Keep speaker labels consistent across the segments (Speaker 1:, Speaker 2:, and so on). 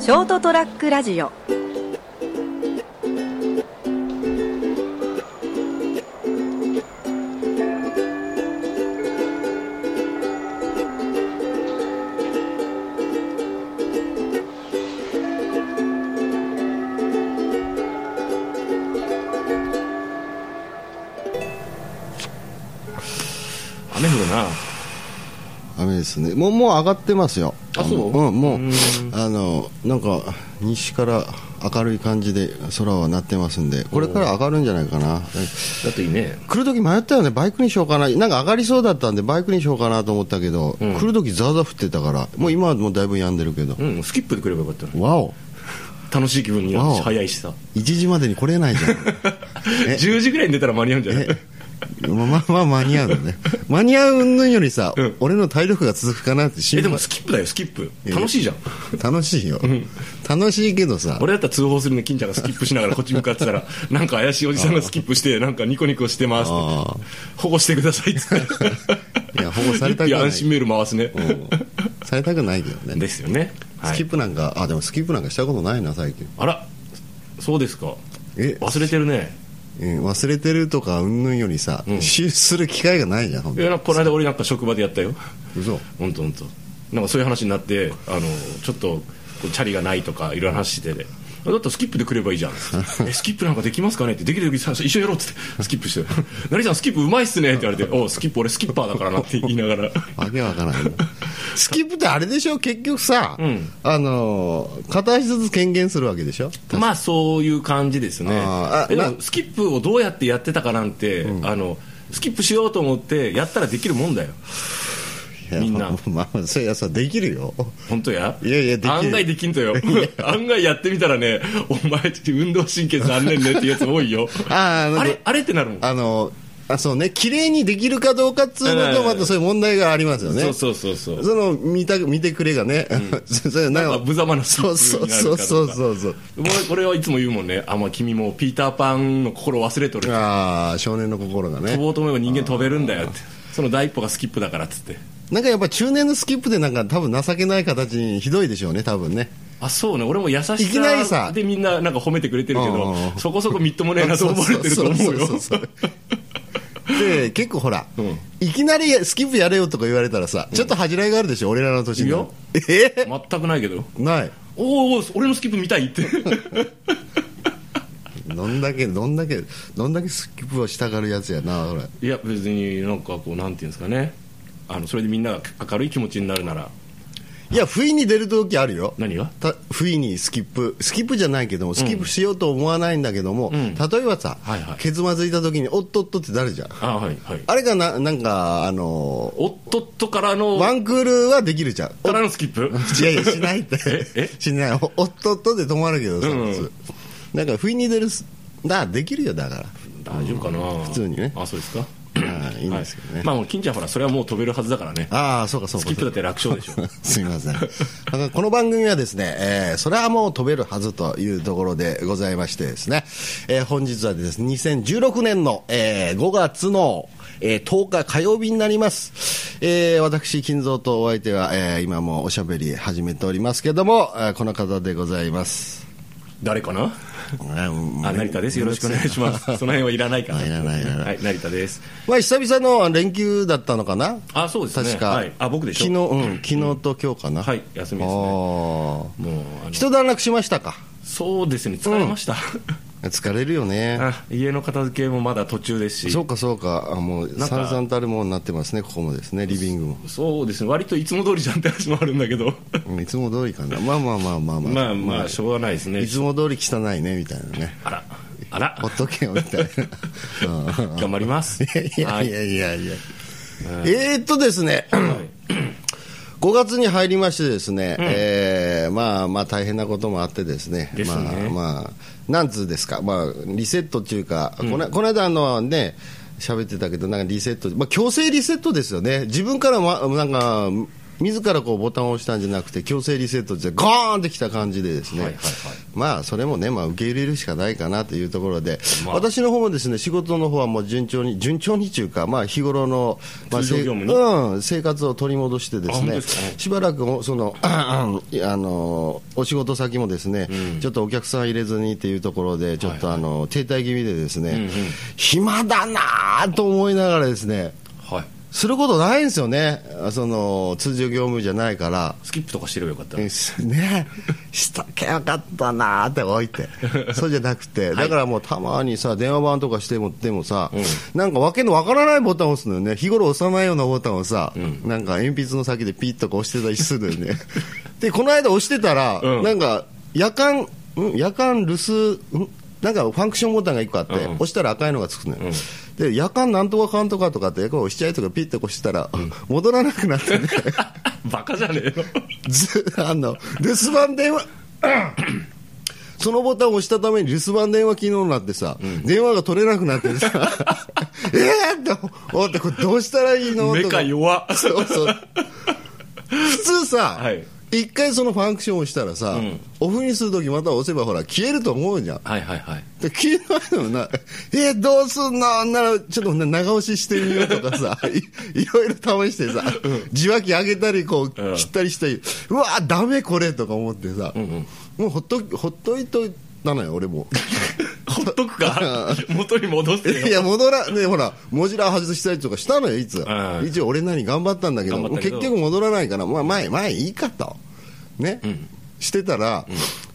Speaker 1: ショートトラックラジオ
Speaker 2: 雨降るな
Speaker 3: 雨ですねもうもう上がってますよ、
Speaker 2: あそうん
Speaker 3: もう
Speaker 2: うん
Speaker 3: あのなんか西から明るい感じで空はなってますんでこれから上がるんじゃないかな
Speaker 2: だといいね
Speaker 3: 来る時迷ったよねバイクにしようかななんか上がりそうだったんでバイクにしようかなと思ったけど、
Speaker 2: ん
Speaker 3: 来る時ザーザー降ってたからもう今はもうだいぶ止んでるけど、
Speaker 2: うんスキップで来ればよかったのに
Speaker 3: わお
Speaker 2: 楽しい気分になる
Speaker 3: わ
Speaker 2: し
Speaker 3: お
Speaker 2: 早いしさ
Speaker 3: 1時までに来れない じゃんえ
Speaker 2: 10時ぐらいに出たら間に合うんじゃない
Speaker 3: えまあまあまあ間に合うのね間に合うのよりさ、
Speaker 2: うん
Speaker 3: 俺の体力が続くかなって心
Speaker 2: えで
Speaker 3: 配
Speaker 2: もスキップだよスキップ
Speaker 3: え
Speaker 2: 楽しいじゃん
Speaker 3: 楽しいよ、楽しいけどさ
Speaker 2: 俺だったら通報するね金ちゃんがスキップしながらこっち向かってたらなんか怪しいおじさんがスキップしてなんかニコニコしてます
Speaker 3: あ
Speaker 2: って保護してくださいっつって
Speaker 3: いや保護されたく
Speaker 2: 一
Speaker 3: ない
Speaker 2: 匹安心メール回すね
Speaker 3: うんされたくないけどね
Speaker 2: ですよねは
Speaker 3: スキ
Speaker 2: い
Speaker 3: ップなんか、あでもスキップなんかしたことないな最近、
Speaker 2: あらそうですか
Speaker 3: え
Speaker 2: 忘れてるね
Speaker 3: えー忘れてるとか云々よりさ、
Speaker 2: うん
Speaker 3: しする機会がないじゃんほん
Speaker 2: い
Speaker 3: と
Speaker 2: やなんかこの間俺なんか職場でやったよ
Speaker 3: 嘘
Speaker 2: 本当本当なんかそういう話になってあのちょっとこうチャリがないとかいろいろ話しててだったらスキップで来ればい いじゃんえスキップなんかできますかねってできる時一緒にやろうっつ ってスキップして「成ちゃんスキップうまいっすね」って言われて「おうスキップ俺スキッパーだからな」って言いながら
Speaker 3: わけわから ないなスキップってあれでしょ結局さ、
Speaker 2: ん
Speaker 3: あのー片足ずつ権限するわけでしょ
Speaker 2: まあそういう感じですね
Speaker 3: あーあ
Speaker 2: で
Speaker 3: な
Speaker 2: もスキップをどうやってやってたかなんて、あのスキップしようと思ってやったらできるもんだよ
Speaker 3: いや
Speaker 2: みんな
Speaker 3: まあまあそれはさできるよ
Speaker 2: 本当や
Speaker 3: いやいやできる
Speaker 2: 案外できんと よ案外やってみたらねお前ち運動神経残念ねってやつ多いよ
Speaker 3: あーなんか
Speaker 2: あれあれってなるもん
Speaker 3: あのーあそうね綺麗にできるかどうかっつうのとまたそういう問題がありますよね
Speaker 2: そうそうそうそう
Speaker 3: その見た見てくれがね、 そそれな
Speaker 2: なんか無様なスー
Speaker 3: そう
Speaker 2: ツ
Speaker 3: そ
Speaker 2: に
Speaker 3: う
Speaker 2: なる
Speaker 3: そう
Speaker 2: から
Speaker 3: そうそうそう
Speaker 2: 俺俺はいつも言うもんねあ、まあ、君もうピーターパンの心忘れとる
Speaker 3: ああ少年の心がね
Speaker 2: 飛ぼうと思えば人間飛べるんだよってその第一歩がスキップだからっつって
Speaker 3: なんかやっぱ中年のスキップでなんか多分情けない形にひどいでしょうね多分ね
Speaker 2: あそうね俺も優し
Speaker 3: いきなりさ
Speaker 2: さでみんななんか褒めてくれてるけ
Speaker 3: うんうんう
Speaker 2: ど
Speaker 3: ん
Speaker 2: そこそこみっともねえな と思われてると思うよ
Speaker 3: そうそうそうそうで結構ほら、
Speaker 2: うん
Speaker 3: いきなりスキップやれよとか言われたらさちょっと恥じらいがあるでしょ、俺らの年にはえ
Speaker 2: 全くないけど
Speaker 3: ない
Speaker 2: おーおー俺のスキップ見たいって
Speaker 3: どんだけどんだけどんだけスキップをしたがるやつやなほら
Speaker 2: いや別になんかこうなんていうんですかねあのそれでみんなが明るい気持ちになるなら
Speaker 3: いや不意に出る時あるよ
Speaker 2: 何が
Speaker 3: た不意にスキップスキップじゃないけどもスキップしようと思わないんだけども、
Speaker 2: ん
Speaker 3: 例えばさ、
Speaker 2: はいはい
Speaker 3: ケツまずいた時に「おっとっと」ってなるじゃん
Speaker 2: あはいはい
Speaker 3: あれがななんかあの
Speaker 2: おっとっとからの
Speaker 3: ワンクールはできるじゃん
Speaker 2: からのスキップ
Speaker 3: いやいやしないって
Speaker 2: ええ
Speaker 3: しないおおっとっとで止まるけどさ、
Speaker 2: うんうん
Speaker 3: 普通なんか不意に出るすだできるよだか
Speaker 2: 大丈夫かな
Speaker 3: 普通にね
Speaker 2: あそうですか
Speaker 3: らまあいいんですけどね、
Speaker 2: はいまあもう金ちゃんほらそれはもう飛べるはずだからね
Speaker 3: ああそうかそう
Speaker 2: ス
Speaker 3: か
Speaker 2: キップだって楽勝でしょ
Speaker 3: すみません。だからこの番組はですね、えーそれはもう飛べるはずというところでございましてですね、えー本日はですね、2016年の、え5月の、えー10日火曜日になります。えー私、金蔵とお相手は、えー今もおしゃべり始めておりますけども、えーこの方でございます。
Speaker 2: 誰かな
Speaker 3: あ
Speaker 2: あ成田ですよろしくお願いしますそ の辺はいらないかな
Speaker 3: あいらないいらない
Speaker 2: はい成田です
Speaker 3: まあ、久々の連休だったのかな
Speaker 2: あそうですね
Speaker 3: 確か、
Speaker 2: はいあ僕でしょ
Speaker 3: 昨日、うん、昨日と今日かな。
Speaker 2: はい休みですね
Speaker 3: ああ。
Speaker 2: もうあの
Speaker 3: 一段落しましたか
Speaker 2: そうですね疲れました
Speaker 3: 疲れるよね
Speaker 2: あ家の片付けもまだ途中ですし
Speaker 3: そうかそうかあもう
Speaker 2: なんか
Speaker 3: さんざんたるものになってますねここもですねリビングも
Speaker 2: そうですね割といつも通りじゃんって話もあるんだけ ど
Speaker 3: うんいつも通りかなまあまあまあまあまあ
Speaker 2: まあまあしょうがないですね
Speaker 3: いつも通り汚いねみたいなね
Speaker 2: あらあ ら
Speaker 3: ほっとけよみたいな うん
Speaker 2: 頑張ります
Speaker 3: いや
Speaker 2: はいい
Speaker 3: やいやいやえーっとですね5月に入りましてですね、えーまあまあ大変なこともあってですね、
Speaker 2: ですね
Speaker 3: まあまあ、なんつうですか、まあ、リセットっていうか、このこの間あのね、喋ってたけど、なんかリセット、まあ、強制リセットですよね、自分から、ま、なんか自らこうボタンを押したんじゃなくて強制リセットでゴーンってきた感じでですね、
Speaker 2: はいはいはい
Speaker 3: まあそれもね、まあ、受け入れるしかないかなというところで、
Speaker 2: まあ
Speaker 3: 私の方もですね仕事の方はもう順調に順調にというか、まあ、日頃の、まあ、
Speaker 2: 通常
Speaker 3: せい
Speaker 2: 業務に
Speaker 3: うん、生活を取り戻してで
Speaker 2: あ
Speaker 3: す
Speaker 2: 本当
Speaker 3: ね
Speaker 2: ですか
Speaker 3: しばらくもその あのお仕事先もですね、ちょっとお客さん入れずにっていうところでちょっとあの、停滞気味でですね、暇だなぁと思いながらですね
Speaker 2: はい
Speaker 3: することないんですよね、その通常業務じゃないから。
Speaker 2: スキップとかしてればよかった
Speaker 3: えすね、しとけよかったなーって置いて、そうじゃなくて、だからもうたまにさ、電話番とかしてもでもさ、なんかわけのわからないボタンを押すのよね、日頃押さないようなボタンをさ、なんか鉛筆の先でピッとか押してたりするの よね。で、この間押してたら、
Speaker 2: うん
Speaker 3: なんか夜間、ん夜間留守、んなんかファンクションボタンが1個あって、
Speaker 2: うん
Speaker 3: 押したら赤いのがつくのよ。で夜間なんとかかんとかとかって、こう押しちゃいとか、ピッと押したら、 戻らなくなってね、
Speaker 2: バカじゃねえの
Speaker 3: ず あの留守番電話 そのボタンを押したために留守番電話機能になってさ、電話が取れなくなって さえーって思ってこれどうしたらいいの
Speaker 2: 目
Speaker 3: とか
Speaker 2: が弱
Speaker 3: そうそう普通さ、
Speaker 2: はい
Speaker 3: 一回そのファンクションをしたらさ、
Speaker 2: ん
Speaker 3: オフにするときまた押せばほら消えると思うじゃん
Speaker 2: はいはいはい
Speaker 3: で消えないのな、えーどうすんのなら、ちょっとね長押ししてみようとかさ、いいろいろ試してさ、受話器上げたり、こう、
Speaker 2: うん
Speaker 3: 切ったりしたり、うわー、ダメこれとか思ってさ、もうほっと、ほっといといたのよ、俺も。
Speaker 2: ほっとく か元に戻してよ
Speaker 3: いや、戻ら、ね、ほら、モジュラー外したりとかしたのよ、い
Speaker 2: う。
Speaker 3: つ
Speaker 2: ん
Speaker 3: 一応俺なりに頑張ったんだけど、
Speaker 2: 頑張ったけ
Speaker 3: 結
Speaker 2: ど
Speaker 3: 局戻らないから、まあ、前、前いいかと。ね。してたら、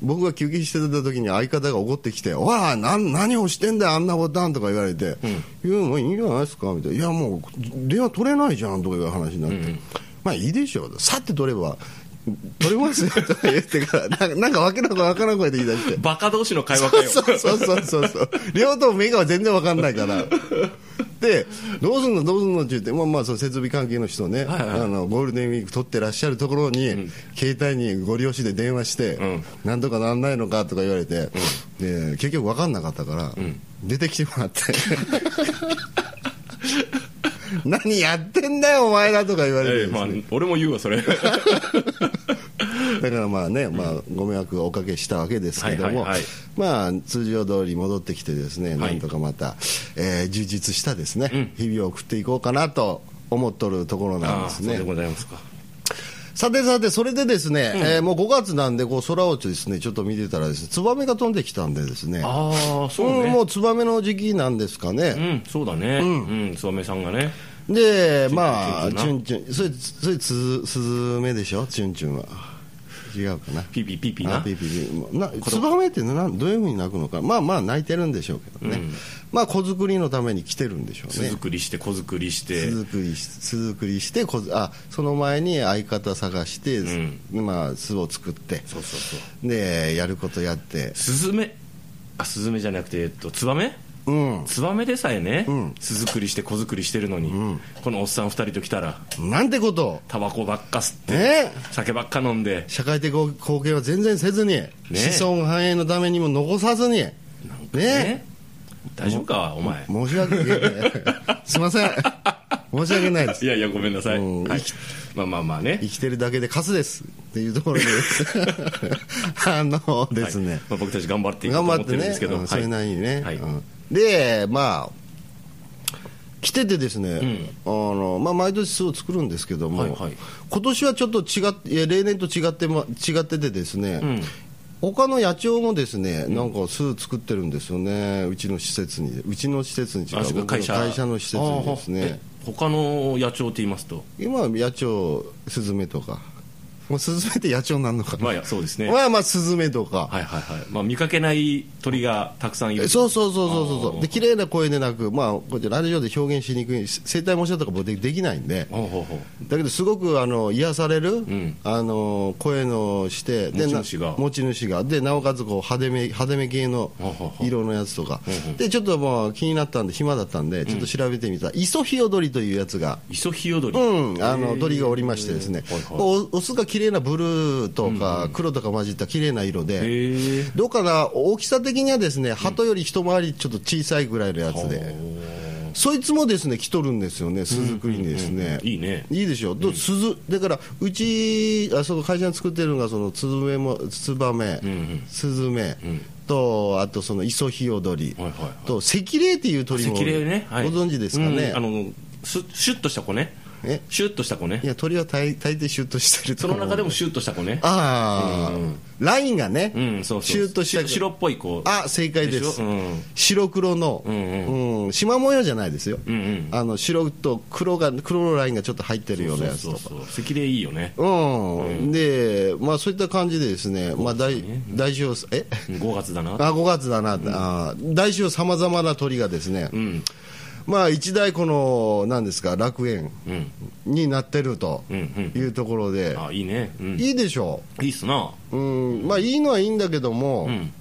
Speaker 3: 僕が休憩してた時に相方が怒ってきて、おい、なん何をしてんだよ、あんなボタンとか言われて、いや、もういいんじゃないですか、みたいな、いや、もう電話取れないじゃんとかいう話になって、まあいいでしょう、さって取れば、取れますよとか言ってから、なんかなんかわけのわからん声で言い出して、
Speaker 2: バカ同士の会話かよ
Speaker 3: そうそうそうそうそう両方目が全然わかんないからでどうすんのどうすんのって言って、まあ、まあその設備関係の人ね、
Speaker 2: はいはい
Speaker 3: あのゴールデンウィーク取ってらっしゃるところに、携帯にご利用しで電話して、
Speaker 2: ん
Speaker 3: なんとかなんないのかとか言われて、で結局わかんなかったから、出てきてもらって 何やってんだよお前らとか言われて
Speaker 2: え
Speaker 3: で
Speaker 2: え
Speaker 3: すね、
Speaker 2: まあ、俺も言うわそれ
Speaker 3: だからまあね、まあ、ご迷惑をおかけしたわけですけども、
Speaker 2: はいはいはい
Speaker 3: まあ、通常通り戻ってきてですね、
Speaker 2: はい
Speaker 3: なんとかまた、えー充実したですね、日々を送っていこうかなと思っとるところなん
Speaker 2: ああ
Speaker 3: です
Speaker 2: そうでご
Speaker 3: ね。
Speaker 2: ざいますか
Speaker 3: さてさて、それでですね、えーもう5月なんで、こう空をですね、ちょっと見てたらですね、ツバメが飛んできたんでですね、
Speaker 2: ああそうね、
Speaker 3: うんもうツバメの時期なんですかね。
Speaker 2: うん、そうだね、うん、つばめさんがね、
Speaker 3: で、まあ、チ
Speaker 2: チ
Speaker 3: ュ
Speaker 2: ュ
Speaker 3: ンチュン、それ、それ、つスズメでしょ、チュンチュンは。違うかな。
Speaker 2: ピーピーピーピー
Speaker 3: あ
Speaker 2: な、
Speaker 3: ピーピーピーなツバメってなどういうふうに鳴くのか、まあまあ鳴いてるんでしょうけどね、まあ子作りのために来てるんでしょう
Speaker 2: 巣
Speaker 3: ね。
Speaker 2: 作りして、子作りして、
Speaker 3: 巣作りし巣作りして子あ、その前に相方探して、
Speaker 2: ん
Speaker 3: まあ、巣を作って
Speaker 2: そうそうそう、
Speaker 3: で、やることやって、
Speaker 2: スズメ、あスズメじゃなくて、えっと、ツバメ
Speaker 3: うん、
Speaker 2: ツバメでさえね、
Speaker 3: ん
Speaker 2: 巣作りして、子作りしてるのに、このおっさん2人と来たら、
Speaker 3: なんてことを、
Speaker 2: タバコばっか吸って、
Speaker 3: ね、
Speaker 2: 酒ばっか飲んで、
Speaker 3: 社会的貢献は全然せずに、子孫繁栄のためにも残さずに、ね
Speaker 2: ね、大丈夫か、お前、
Speaker 3: 申し訳ない、 すいません、申し訳ないです
Speaker 2: い。やいや、ごめんなさい、
Speaker 3: うん
Speaker 2: はい、まあまあまあね
Speaker 3: 生。きてるだけでカスですっていうとこ ろであのですね、
Speaker 2: はいまあ、僕たち頑張っていこう
Speaker 3: 頑
Speaker 2: と
Speaker 3: 張
Speaker 2: 思ってる
Speaker 3: って
Speaker 2: ん
Speaker 3: ね
Speaker 2: ですけど、
Speaker 3: うんそれなりにね、
Speaker 2: はい
Speaker 3: うんでまあ来ててですね、あのまあ、毎年巣を作るんですけども、
Speaker 2: はいはい
Speaker 3: 今年はちょっと違っていや例年と違って,、ま、違っててですね、他の野鳥もですねなんか巣作ってるんですよね、うちの施設にうちの施設に違う
Speaker 2: あそうか
Speaker 3: 僕の
Speaker 2: 会社
Speaker 3: 会社の施設にです
Speaker 2: あー
Speaker 3: ね
Speaker 2: ほえ他の野鳥って言いますと、
Speaker 3: 今は野鳥スズメとかもうスズメって野鳥なんのかな
Speaker 2: まあ、そうですね、
Speaker 3: まあまあスズメとか、
Speaker 2: はいはいはい、まあ、見かけない鳥がたくさんいる
Speaker 3: そうそうそうそうそうそう
Speaker 2: あ
Speaker 3: で綺麗な声でなくまあこうやってラジオで表現しにくいし声帯模写とか僕でできないんで
Speaker 2: ーほうほうほう
Speaker 3: だけどすごくあの癒される、
Speaker 2: ん
Speaker 3: あの声のしてでな
Speaker 2: 持ち主が
Speaker 3: 持ち主がでなおかつこう派手め派手め系の
Speaker 2: ははは
Speaker 3: 色のやつとか
Speaker 2: うんうん
Speaker 3: でちょっとまあ気になったんで暇だったんでちょっと調べてみた、イソヒヨドリというやつが
Speaker 2: イソヒヨドリ、
Speaker 3: うん、あの鳥がおりましてですね、
Speaker 2: はいはい
Speaker 3: おオスが綺麗なブルーとか黒とか混じった綺麗な色で、
Speaker 2: へえ
Speaker 3: どうかな、大きさ的にはですね鳩より一回りちょっと小さいぐらいのやつで、そいつもですね来とるんですよね巣作りにですね、
Speaker 2: いいね
Speaker 3: いいでしょ、う鈴だからうちあその会社が作ってるのがそのツズメもツバメ、スズメとあとそのイソヒヨドリ
Speaker 2: はいはいはい
Speaker 3: とセキレイっていう鳥もご
Speaker 2: 赤霊ね、はい
Speaker 3: 存知ですかね、
Speaker 2: うんあのすシュッとした子ね
Speaker 3: え
Speaker 2: シュッとした子ね
Speaker 3: いや鳥は大大抵シュッとしてると
Speaker 2: そ
Speaker 3: 思う
Speaker 2: の中でもシュッとした子ね
Speaker 3: ああ、ラインがね、
Speaker 2: うんそうそう
Speaker 3: シュッとした
Speaker 2: 白っぽい子
Speaker 3: あ正解で
Speaker 2: でし
Speaker 3: す、
Speaker 2: ょうん
Speaker 3: 白黒の、
Speaker 2: ん
Speaker 3: うん縞模様じゃないですよ、
Speaker 2: うんうん
Speaker 3: あの白と黒が黒のラインがちょっと入ってるようなやつと
Speaker 2: そうそうそう赤霊いいよね
Speaker 3: うん、で、まあ、そういった感じでですね、まあ、大大小、え
Speaker 2: 5月だな
Speaker 3: あ5月だな、あー大小さまざまな鳥がですね、
Speaker 2: うん
Speaker 3: まあ、一大この、なんですか、楽園
Speaker 2: うん
Speaker 3: になってると
Speaker 2: うんうん
Speaker 3: いうところで、
Speaker 2: あいいねうんい
Speaker 3: いいでしょ
Speaker 2: いっすな
Speaker 3: う、うんまあ、いいのはいいんだけども、
Speaker 2: うん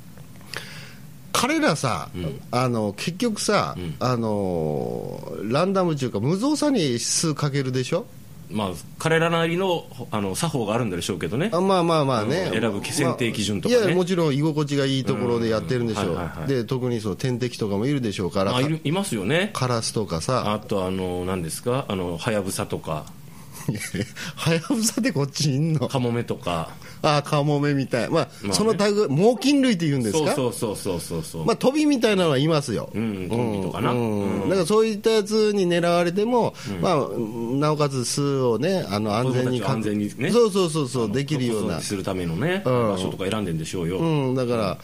Speaker 3: 彼らさ、あの結局さ、あの、ランダムというか、無造作に数かけるでしょ。
Speaker 2: まあ彼らなりのあの作法があるんでしょうけどね
Speaker 3: あまあまあまあ
Speaker 2: う
Speaker 3: ね、
Speaker 2: ん選ぶ選定基準とかね
Speaker 3: まあいやもちろん居心地がいいところでやってるんでしょ
Speaker 2: う
Speaker 3: うん
Speaker 2: はいはいはい
Speaker 3: で特にその天敵とかもいるでしょうから
Speaker 2: あいるいますよね
Speaker 3: カラスとかさ
Speaker 2: あとあの何ですかあのハヤブサとか
Speaker 3: はやぶさでこっちいんの
Speaker 2: カモメとか
Speaker 3: あカモメみたい、まあ
Speaker 2: まあね
Speaker 3: その類猛禽類って言うんです
Speaker 2: そう
Speaker 3: か
Speaker 2: そうそうそうそうそう
Speaker 3: まあ、飛びみたいなのはいますよ、
Speaker 2: うんトンビとかな
Speaker 3: うんだからそういったやつに狙われても、まあ、なおかつ巣をねあの安全に
Speaker 2: 子供たちを安全にね
Speaker 3: そうそうそうそうできるよう
Speaker 2: 子育
Speaker 3: な
Speaker 2: てするためのね
Speaker 3: うん
Speaker 2: 場所とか選んでんでしょうよ
Speaker 3: うん、だから、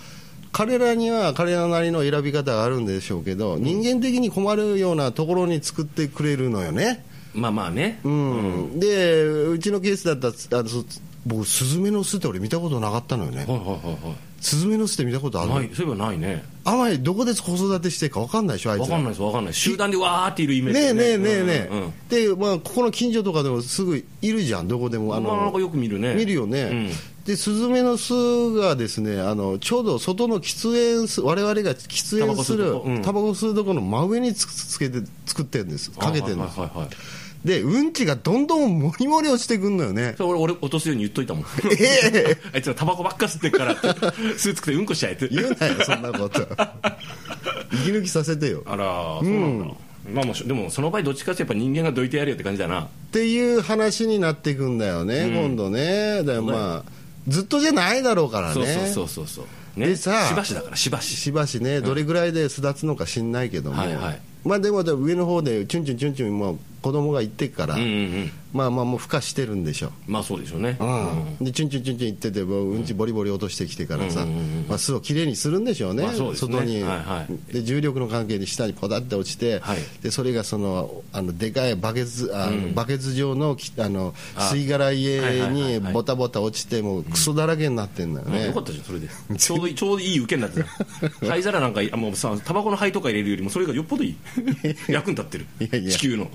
Speaker 3: 彼らには彼らなりの選び方があるんでしょうけど、人間的に困るようなところに作ってくれるのよね。
Speaker 2: まあまあね
Speaker 3: うんで、うちのケースだったら、あのそ僕、スズメの巣って俺、見たことなかったのよね
Speaker 2: は、いは
Speaker 3: スズメの巣って見たことあ
Speaker 2: い
Speaker 3: る
Speaker 2: はいないそういえばないね
Speaker 3: あまりどこで子育てしてるか分かんないでしょ、あい
Speaker 2: わ
Speaker 3: つ
Speaker 2: からんないですわかんない集団でわーっているイメージ
Speaker 3: ねえ
Speaker 2: だ
Speaker 3: ねえねえね
Speaker 2: うんうんうん
Speaker 3: え、で、まあ、ここの近所とかでもすぐいるじゃん、どこでも、あ
Speaker 2: まあなんかよく見るね
Speaker 3: 見るよね、
Speaker 2: うん
Speaker 3: でスズメの巣がですねあのちょうど外の喫煙す我々が喫煙す
Speaker 2: タバコ吸
Speaker 3: る
Speaker 2: うとこうん
Speaker 3: タバコ吸うとこの真上につつけて作ってるんですかけてるんです
Speaker 2: あはいはいはい
Speaker 3: でうんちがどんどんもりもり落ちてくんのよね
Speaker 2: それ俺俺落とすように言っといたもん あいつらタバコばっか吸ってっから ってスーツ着てうんこしちゃえって
Speaker 3: 言うなよそんなこと 息抜きさせてよ
Speaker 2: あらそうなんだまあまあしでもその場合どっちかってやっぱ人間がどいてやるよって感じだな
Speaker 3: っていう話になっていくんだよね、今度ねだからまあずっとじゃないだろうからね
Speaker 2: そうそうそうそうそうね
Speaker 3: で
Speaker 2: し
Speaker 3: さ
Speaker 2: ばしだからしばし
Speaker 3: しばしね、どれぐらいで巣立つのか知んないけども、
Speaker 2: はいはい
Speaker 3: まあ、でもでも上の方でチュンチュンチュンチュンもう子供が行ってっから、
Speaker 2: うんうんうん
Speaker 3: まあまあもう孵化してるんでしょ、
Speaker 2: まあそうでしょうね
Speaker 3: でチュンチュンチュンチュン行っててもううんちボリボリ落としてきてからさ、
Speaker 2: うんうんうん
Speaker 3: まあ、巣をきれいにするんでしょうね,、
Speaker 2: まあそうですね
Speaker 3: 外に、
Speaker 2: はいはい
Speaker 3: で重力の関係で下にポタって落ちて、
Speaker 2: はい
Speaker 3: でそれがそのあのでかいバケツあの、バケツ状のきあの
Speaker 2: あ
Speaker 3: 吸い殻
Speaker 2: はい
Speaker 3: 家
Speaker 2: はいはい
Speaker 3: に
Speaker 2: はい
Speaker 3: ボタボタ落ちてもうクソだらけになってんだよ
Speaker 2: まあ
Speaker 3: ね、
Speaker 2: よかったじゃんそれでちょうどいいちょうどいい受けになってた 灰皿なんかあもうさタバコの灰とか入れるよりもそれがよっぽどいい役に立ってる
Speaker 3: いやいや
Speaker 2: 地球の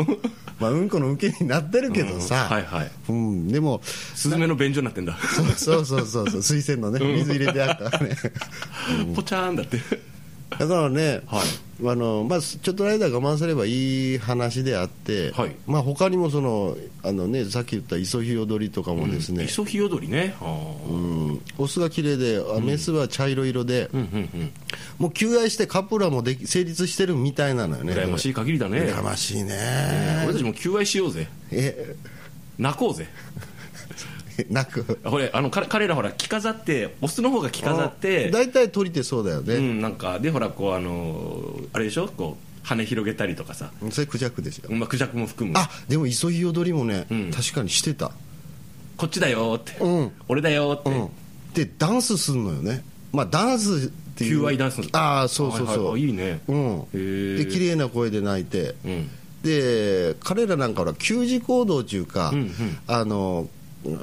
Speaker 3: まあ、うんこの受けになってるけどさ、
Speaker 2: はいはい
Speaker 3: うん、でも
Speaker 2: スズメの便所になってんだ
Speaker 3: そうそうそうそう水仙のね水入れてあった からね
Speaker 2: ポチャーンだって
Speaker 3: だからね、
Speaker 2: は
Speaker 3: あのまあ、ちょっとの間我慢すればいい話であって、
Speaker 2: はい
Speaker 3: まあ他にもそのあの、ね、さっき言ったイソヒヨドリとかもですね
Speaker 2: イ、ソヒヨドリねあー
Speaker 3: うんオスが綺麗であメスは茶色色で、
Speaker 2: うんうんうん
Speaker 3: もう求愛してカップラーもでき成立してるみたいなのよね
Speaker 2: 羨ましい限りだね
Speaker 3: 羨ましいね、
Speaker 2: 俺たちも求愛しようぜ
Speaker 3: え
Speaker 2: 泣こうぜ
Speaker 3: えなく
Speaker 2: これあの彼彼らほら着飾ってオスの方が着飾って
Speaker 3: 大体鳥ってそうだよ
Speaker 2: う
Speaker 3: ね、
Speaker 2: んなんかでほらこうあのーあれでしょこう羽広げたりとかさ
Speaker 3: それクジャクでしょ
Speaker 2: まあクジャクも含む
Speaker 3: あでもイソヒヨドリもね、
Speaker 2: ん
Speaker 3: 確かにしてた
Speaker 2: こっちだよーって、
Speaker 3: うん
Speaker 2: 俺だよーって、
Speaker 3: でダンスするのよねまあダンスっていう
Speaker 2: 求愛ダンス
Speaker 3: ああそうそうそう、
Speaker 2: はいはいあいいね
Speaker 3: うん
Speaker 2: へえ
Speaker 3: で綺麗な声で泣いて、
Speaker 2: うん
Speaker 3: で彼らなんかは給仕行動中か、
Speaker 2: うんうん
Speaker 3: あの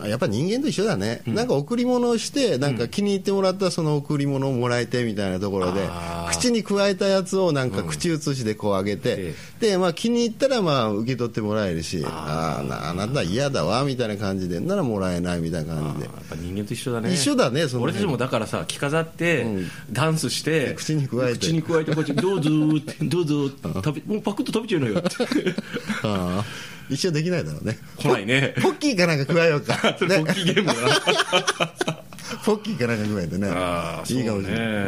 Speaker 3: やっぱ人間と一緒だね、なんか贈り物をして、なんか気に入ってもらったその贈り物をもらえてみたいなところで
Speaker 2: あ、ー
Speaker 3: 口にくわえたやつをなんか口移しでこうあげて、
Speaker 2: え
Speaker 3: でまあ、気に入ったらまあ受け取ってもらえるし、あ
Speaker 2: あ
Speaker 3: ーなあなた嫌だわみたいな感じで、ならもらえないみたいな
Speaker 2: あ
Speaker 3: 感
Speaker 2: ー
Speaker 3: じ
Speaker 2: や
Speaker 3: で
Speaker 2: っ、ぱ人間と一緒だね
Speaker 3: 一緒だねその辺
Speaker 2: 俺たちもだからさ着飾って、ダンスして
Speaker 3: 口に加えて
Speaker 2: 口に加えてこっちどうぞー ってどうぞーって食べもうパクッと食べちゃうのよって
Speaker 3: あー 一緒できないだろうね。
Speaker 2: 来ないね
Speaker 3: ポッキーかなんか加えようか。
Speaker 2: それポッキーゲームだな
Speaker 3: ポッキーかなんかぐらいでね
Speaker 2: ああそう
Speaker 3: いい
Speaker 2: ね
Speaker 3: かもしれない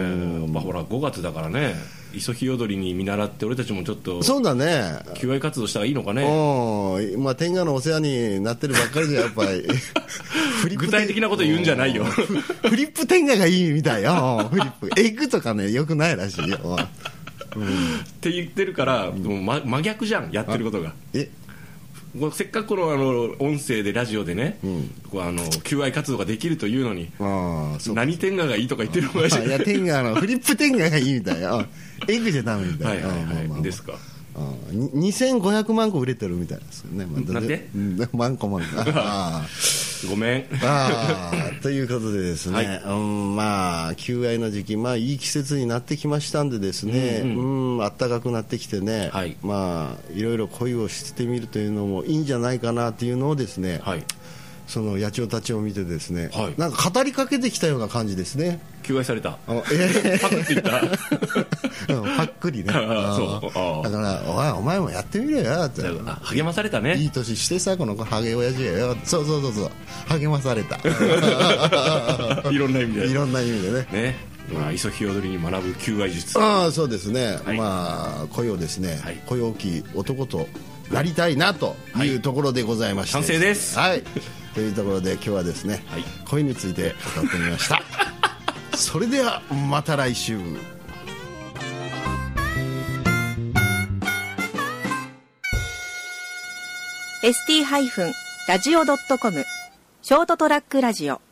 Speaker 2: まあほら5月だからね磯日踊りに見習って俺たちもちょっと
Speaker 3: そうだね
Speaker 2: 求愛活動したらいいのかね
Speaker 3: うんまあ天下のお世話になってるばっかりじゃ やっぱりフリップ
Speaker 2: 具体的なこと言うんじゃないよ
Speaker 3: フフリップ天下がいいみたいようんフリップエッグとかねよくないらしいようん
Speaker 2: って言ってるから、もうま真逆じゃんやってることが
Speaker 3: え
Speaker 2: もうせっかくこのあの音声でラジオでね、こうあの求愛活動ができるというのに
Speaker 3: ああそう
Speaker 2: 何天下がいいとか言ってるおかしい
Speaker 3: あいや天下のフリップ天下がいいみたいようんエッグじゃダメみた
Speaker 2: はいい
Speaker 3: な
Speaker 2: は
Speaker 3: うんまあ
Speaker 2: い
Speaker 3: ま
Speaker 2: はい
Speaker 3: あま
Speaker 2: で
Speaker 3: あ
Speaker 2: すか
Speaker 3: うんに2500万個売れてるみたいなんですよね、まあ
Speaker 2: なんて
Speaker 3: うんマン コマンコあ
Speaker 2: ごめん
Speaker 3: ーあーということでですね、
Speaker 2: はい
Speaker 3: うんまあ求愛の時期まあいい季節になってきましたんでですねうん、暖かくなってきてね、
Speaker 2: はい
Speaker 3: まあいろいろ恋をしてみるというのもいいんじゃないかなっていうのをですね、
Speaker 2: はい
Speaker 3: その野鳥たちを見てですね、
Speaker 2: はい
Speaker 3: なんか語りかけてきたような感じですね
Speaker 2: 求愛された
Speaker 3: あ え
Speaker 2: パクって言った
Speaker 3: ーうんぱっくりね
Speaker 2: あーそう
Speaker 3: うん
Speaker 2: あー
Speaker 3: だからおいお前もやってみろよって
Speaker 2: あ励まされた
Speaker 3: い
Speaker 2: ね
Speaker 3: い年してさこの子ハゲ親父やよそうそうそうそう励まされた
Speaker 2: いろんな意味で
Speaker 3: いろんな意味でね
Speaker 2: ねまあ磯日踊りに学ぶ求愛術
Speaker 3: ああそうですね、
Speaker 2: はい
Speaker 3: まあ恋をですね、
Speaker 2: はい
Speaker 3: 恋大きい男となりたいなと
Speaker 2: はいいう
Speaker 3: ところでございまして、
Speaker 2: 完成です
Speaker 3: はいというところで今日はですね、
Speaker 2: はい
Speaker 3: 恋について語ってみました それではまた来週
Speaker 1: ST-radio.com ショートトラックラジオ